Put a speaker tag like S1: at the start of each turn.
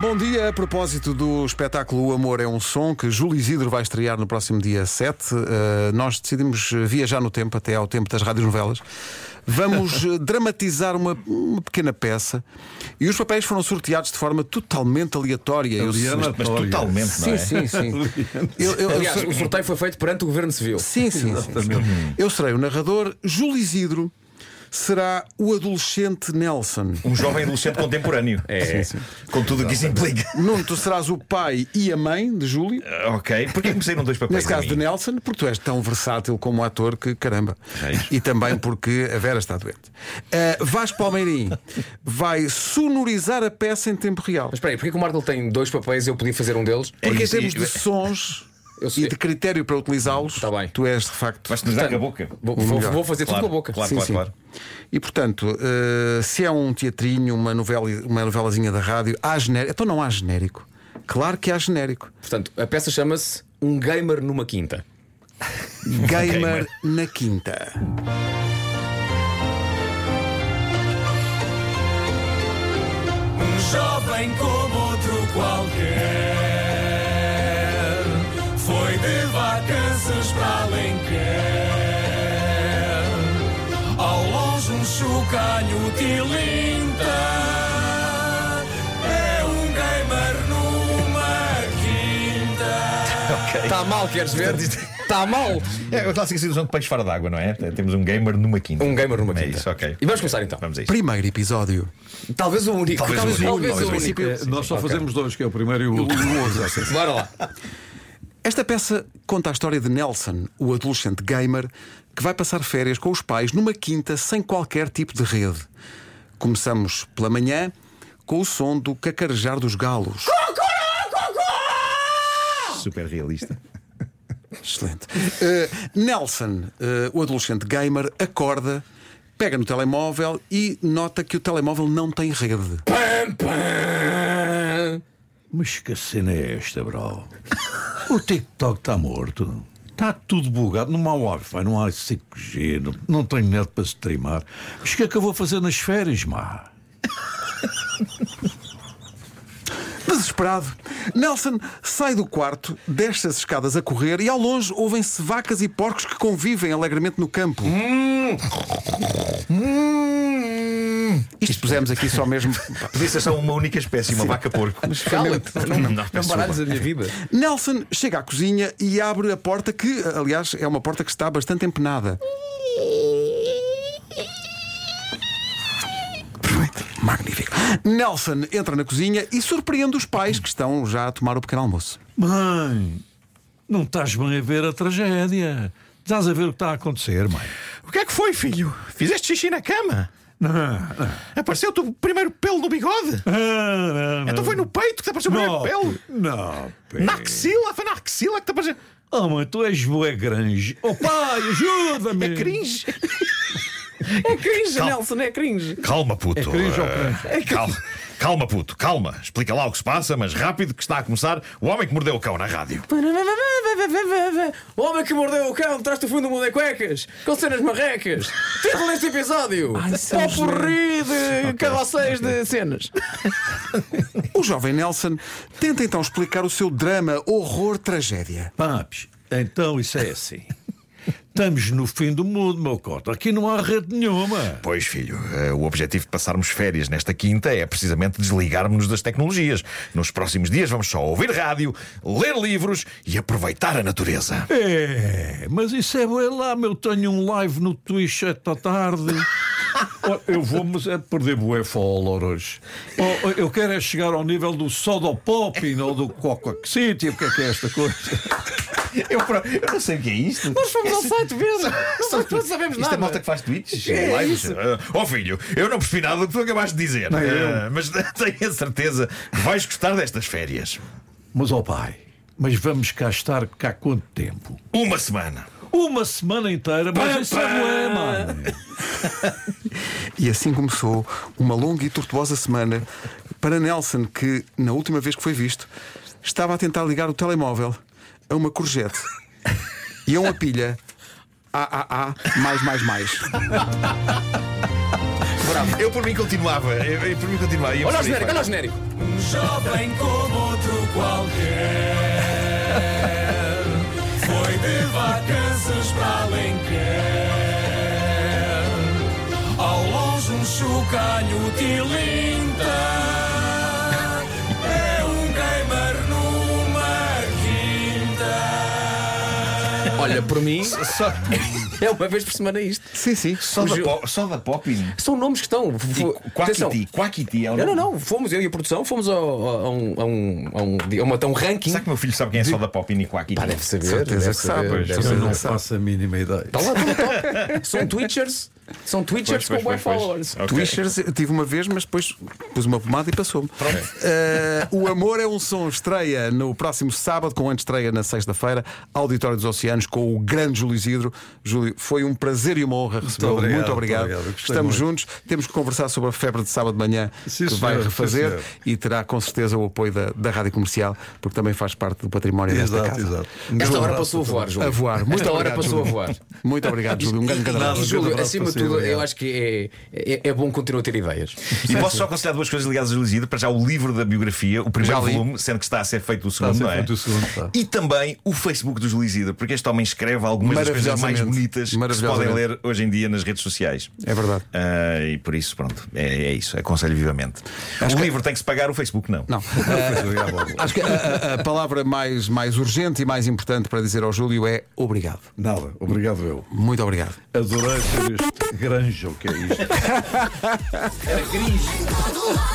S1: Bom dia, a propósito do espetáculo O Amor é um Som, que Júlio Isidro vai estrear no próximo dia 7, eh, nós decidimos eh, viajar no tempo, até ao tempo das rádios novelas. Vamos eh, dramatizar uma, uma pequena peça e os papéis foram sorteados de forma totalmente aleatória. Eu-
S2: Mas totalmente, não
S1: Sim,
S2: é?
S1: sim, sim. Eu- eu- eu-
S3: Aliás, o sorteio foi feito perante o Governo Civil.
S1: Sim, sim. sim. Eu serei o narrador, Júlio Isidro será o adolescente Nelson.
S2: Um jovem adolescente contemporâneo. É, com tudo o que isso implica.
S1: Nuno, tu serás o pai e a mãe de Júlio.
S2: ok. Porquê comecei num dois papéis?
S1: Nesse caso
S2: a
S1: de
S2: mim?
S1: Nelson, porque tu és tão versátil como ator que caramba.
S2: Reis.
S1: E também porque a Vera está doente. Uh, Vasco Palmeirim vai sonorizar a peça em tempo real.
S3: Mas espera aí, porquê que o Marco tem dois papéis e eu podia fazer um deles?
S1: Porque em
S2: isso,
S1: termos
S2: e-
S1: de sons
S3: Eu
S1: e
S3: sei.
S1: de critério para utilizá-los,
S3: Tá bem.
S1: tu és de facto.
S2: Vais-te nos dar com a boca.
S3: Vou,
S1: O
S3: vou-
S1: melhor.
S3: vou fazer
S2: Claro,
S3: tudo com a boca.
S2: Claro,
S1: Sim,
S2: claro,
S1: sim.
S2: claro.
S1: E portanto, uh, se é um teatrinho, uma, novela, uma novelazinha da rádio, há genérico. Então não há genérico. Claro que há genérico.
S3: Portanto, a peça chama-se Um Gamer numa Quinta.
S1: Gamer na Quinta.
S4: Um jovem como outro qualquer Foi de vacanças para Alenquer Ao longe um chocalho tilinta É um gamer numa quinta
S2: Tá.
S3: Está Tá mal, queres ver? Está mal!
S2: É a clássica situação de peixe fora d'água, não é? Temos um gamer numa quinta.
S3: Um gamer numa
S2: É
S3: quinta.
S2: isso, ok.
S3: E vamos começar então.
S2: Vamos a isso.
S1: Primeiro episódio.
S3: Talvez o único.
S2: Talvez o único,
S3: talvez
S2: talvez
S3: o
S2: o
S3: único.
S1: único.
S5: Nós só fazemos dois, que é o primeiro e o, o, outro.
S3: Bora lá.
S1: Esta peça conta a história de Nelson, o adolescente gamer, que vai passar férias com os pais numa quinta sem qualquer tipo de rede. Começamos pela manhã com o som do cacarejar dos galos.
S2: Super realista.
S1: Excelente. Uh, Nelson, uh, o adolescente gamer, acorda, pega no telemóvel e nota que o telemóvel não tem rede.
S3: Pam, pam.
S5: Mas que cena é esta, bro? O TikTok está morto. Está tudo bugado. Não há Wi-Fi, não há 5G, não, não tenho net para streamar. Mas o que é que eu vou fazer nas férias, má?
S1: Desesperado, Nelson sai do quarto, desce as escadas a correr e ao longe ouvem-se vacas e porcos que convivem alegremente no campo. Isto pusemos aqui só mesmo.
S2: Podia ser só uma única espécie, uma vaca porco.
S3: Cala-te. Não, não,
S2: peço
S3: baralhes a minha vida.
S1: Nelson chega à cozinha e abre a porta que, aliás, é uma porta que está bastante empenada. Perfeito, magnífico. Nelson entra na cozinha e surpreende os pais que estão já a tomar o pequeno almoço.
S5: Mãe, não estás bem a ver a tragédia. Estás a ver o que está a acontecer, mãe.
S2: O que é que foi, filho? Fizeste xixi na cama?
S5: Não, não,
S2: Apareceu-te o primeiro pelo do bigode? Então
S5: não, não.
S2: no peito que te apareceu
S5: Não, não,
S2: É.
S5: pera.
S2: axila, foi na axila que te apareceu.
S5: Oh, mãe, tu és bué grande. Oh, pai, ajuda-me.
S2: É cringe.
S3: É cringe,
S2: Calma.
S3: Nelson, é cringe. É
S2: Calma, puto.
S5: cringe ou
S2: Eh, calma, calma, puto, calma. Explica lá o que se passa, mas rápido que está a começar o homem que mordeu o cão na rádio.
S3: O homem que mordeu o cão traz-te o fundo do mundo é em cuecas, com cenas marrecas. Título deste episódio: Popurri de carroceis de cenas.
S1: O jovem Nelson tenta então explicar o seu drama, horror, tragédia.
S5: Papos, então isso é assim. Estamos no fim do mundo, meu cota. Aqui não há rede nenhuma.
S2: Pois, filho, eh, o objetivo de passarmos férias nesta quinta é precisamente desligarmos-nos das tecnologias. Nos próximos dias vamos só ouvir rádio, ler livros e aproveitar a natureza.
S5: É, mas isso é bem lá, meu. Tenho um live no Twitch à tarde. Oh, Eu vou-me é perder bué followers. Oh, eu quero é chegar ao nível do Soda Popin ou do Coca City. O que é que é esta coisa?
S2: Eu, pro- eu não sei o que é isto.
S3: Nós fomos ao site ver,
S2: Só-
S3: nós não sabemos
S2: Isto é
S3: nada.
S2: malta que faz tweets?
S3: É
S2: lives?
S3: isso.
S2: Ah, oh filho, eu não percebi nada do que tu acabaste de dizer. Ah, mas tenho a certeza que vais gostar destas férias.
S5: Mas, ó pai, mas vamos cá estar cá quanto tempo?
S2: Uma semana.
S5: Uma semana inteira, mas isso é bué, mano.
S1: E assim começou uma longa e tortuosa semana para Nelson, que, na última vez que foi visto, estava a tentar ligar o telemóvel a uma corjete e a uma pilha AAA mais mais mais.
S3: bravo.
S2: Eu por mim continuava. Eu, eu por mim continuava. Ia
S3: Olha o
S2: preferir,
S3: genérico,
S2: pá.
S3: olha o genérico.
S4: Um jovem como outro qualquer Foi de vacanças para Alenquer Ao longe um chocalho tilinta É um gamer numa quinta
S3: Olha, por mim, é uma vez por semana isto.
S1: Sim, sim.
S2: Só, da
S3: Ju-
S2: po- só da Popping.
S3: São nomes que estão. fo- Atenção.
S2: Quackity. Quackity. é o
S3: Não, não,
S2: nome.
S3: não. Fomos, eu e a produção, fomos ao- ao- a um. a um. a um. a uma- a um ranking.
S2: Será que meu filho sabe quem é só da Popping e Quackity?
S3: Pá, deve saber.
S1: Certeza
S3: deve
S1: que sabe.
S3: saber, deve
S5: Eu
S3: saber.
S5: não faço a mínima ideia.
S3: Tá lá, tá lá, tá lá. São Twitchers. São Twitchers
S2: Pois,
S3: com bué
S2: pois, pois,
S3: followers.
S2: pois. Ok.
S1: Twitchers eu tive uma vez, mas depois pus uma pomada e passou-me. Eh, o Amor é um som estreia no próximo sábado, com estreia na sexta-feira, Auditório dos Oceanos, com o grande Júlio Isidro. Júlio, foi um prazer e uma honra recebê-lo. Muito
S5: obrigado,
S1: obrigado.
S5: muito obrigado. Gostei
S1: Estamos
S5: muito.
S1: juntos. Temos que conversar sobre a febre de sábado de manhã
S5: Sim,
S1: que vai
S5: senhor, sim,
S1: refazer
S5: senhor.
S1: e terá com certeza o apoio da, da Rádio Comercial, porque também faz parte do património desta
S5: Exato,
S1: casa.
S5: exato.
S3: Esta
S5: Um
S3: hora
S5: abraço
S3: passou a voar, Júlio.
S1: A voar. Muito
S3: Esta hora
S1: obrigado,
S3: passou a
S1: Júlio.
S3: voar.
S1: Muito obrigado, Júlio. Um grande, grande abraço.
S3: E Júlio,
S5: abraço
S3: acima de
S5: para si,
S3: tudo, eu
S5: obrigado.
S3: acho que é, é, é bom continuar a ter ideias.
S2: E posso só aconselhar duas coisas ligadas ao Elisida para já o livro da biografia, o primeiro
S1: Já li.
S2: volume, sendo que está a ser feito o
S5: a
S2: segundo,
S5: ser
S2: não é?
S5: feito o segundo, está.
S2: E também o Facebook dos Elisida, porque este homem escreve algumas das coisas mais
S1: Maravilhosamente.
S2: bonitas que se podem
S1: Maravilhosamente.
S2: ler hoje em dia nas redes sociais.
S1: É verdade.
S2: Ah, e por isso, pronto, é, é isso, aconselho vivamente. o livro tem que se pagar, o Facebook não.
S1: Não. Eh, acho que a, a- a palavra mais, mais urgente e mais importante para dizer ao Júlio é obrigado.
S5: Nada, obrigado eu.
S1: Muito obrigado.
S5: Adorei ser este granjo que é isto.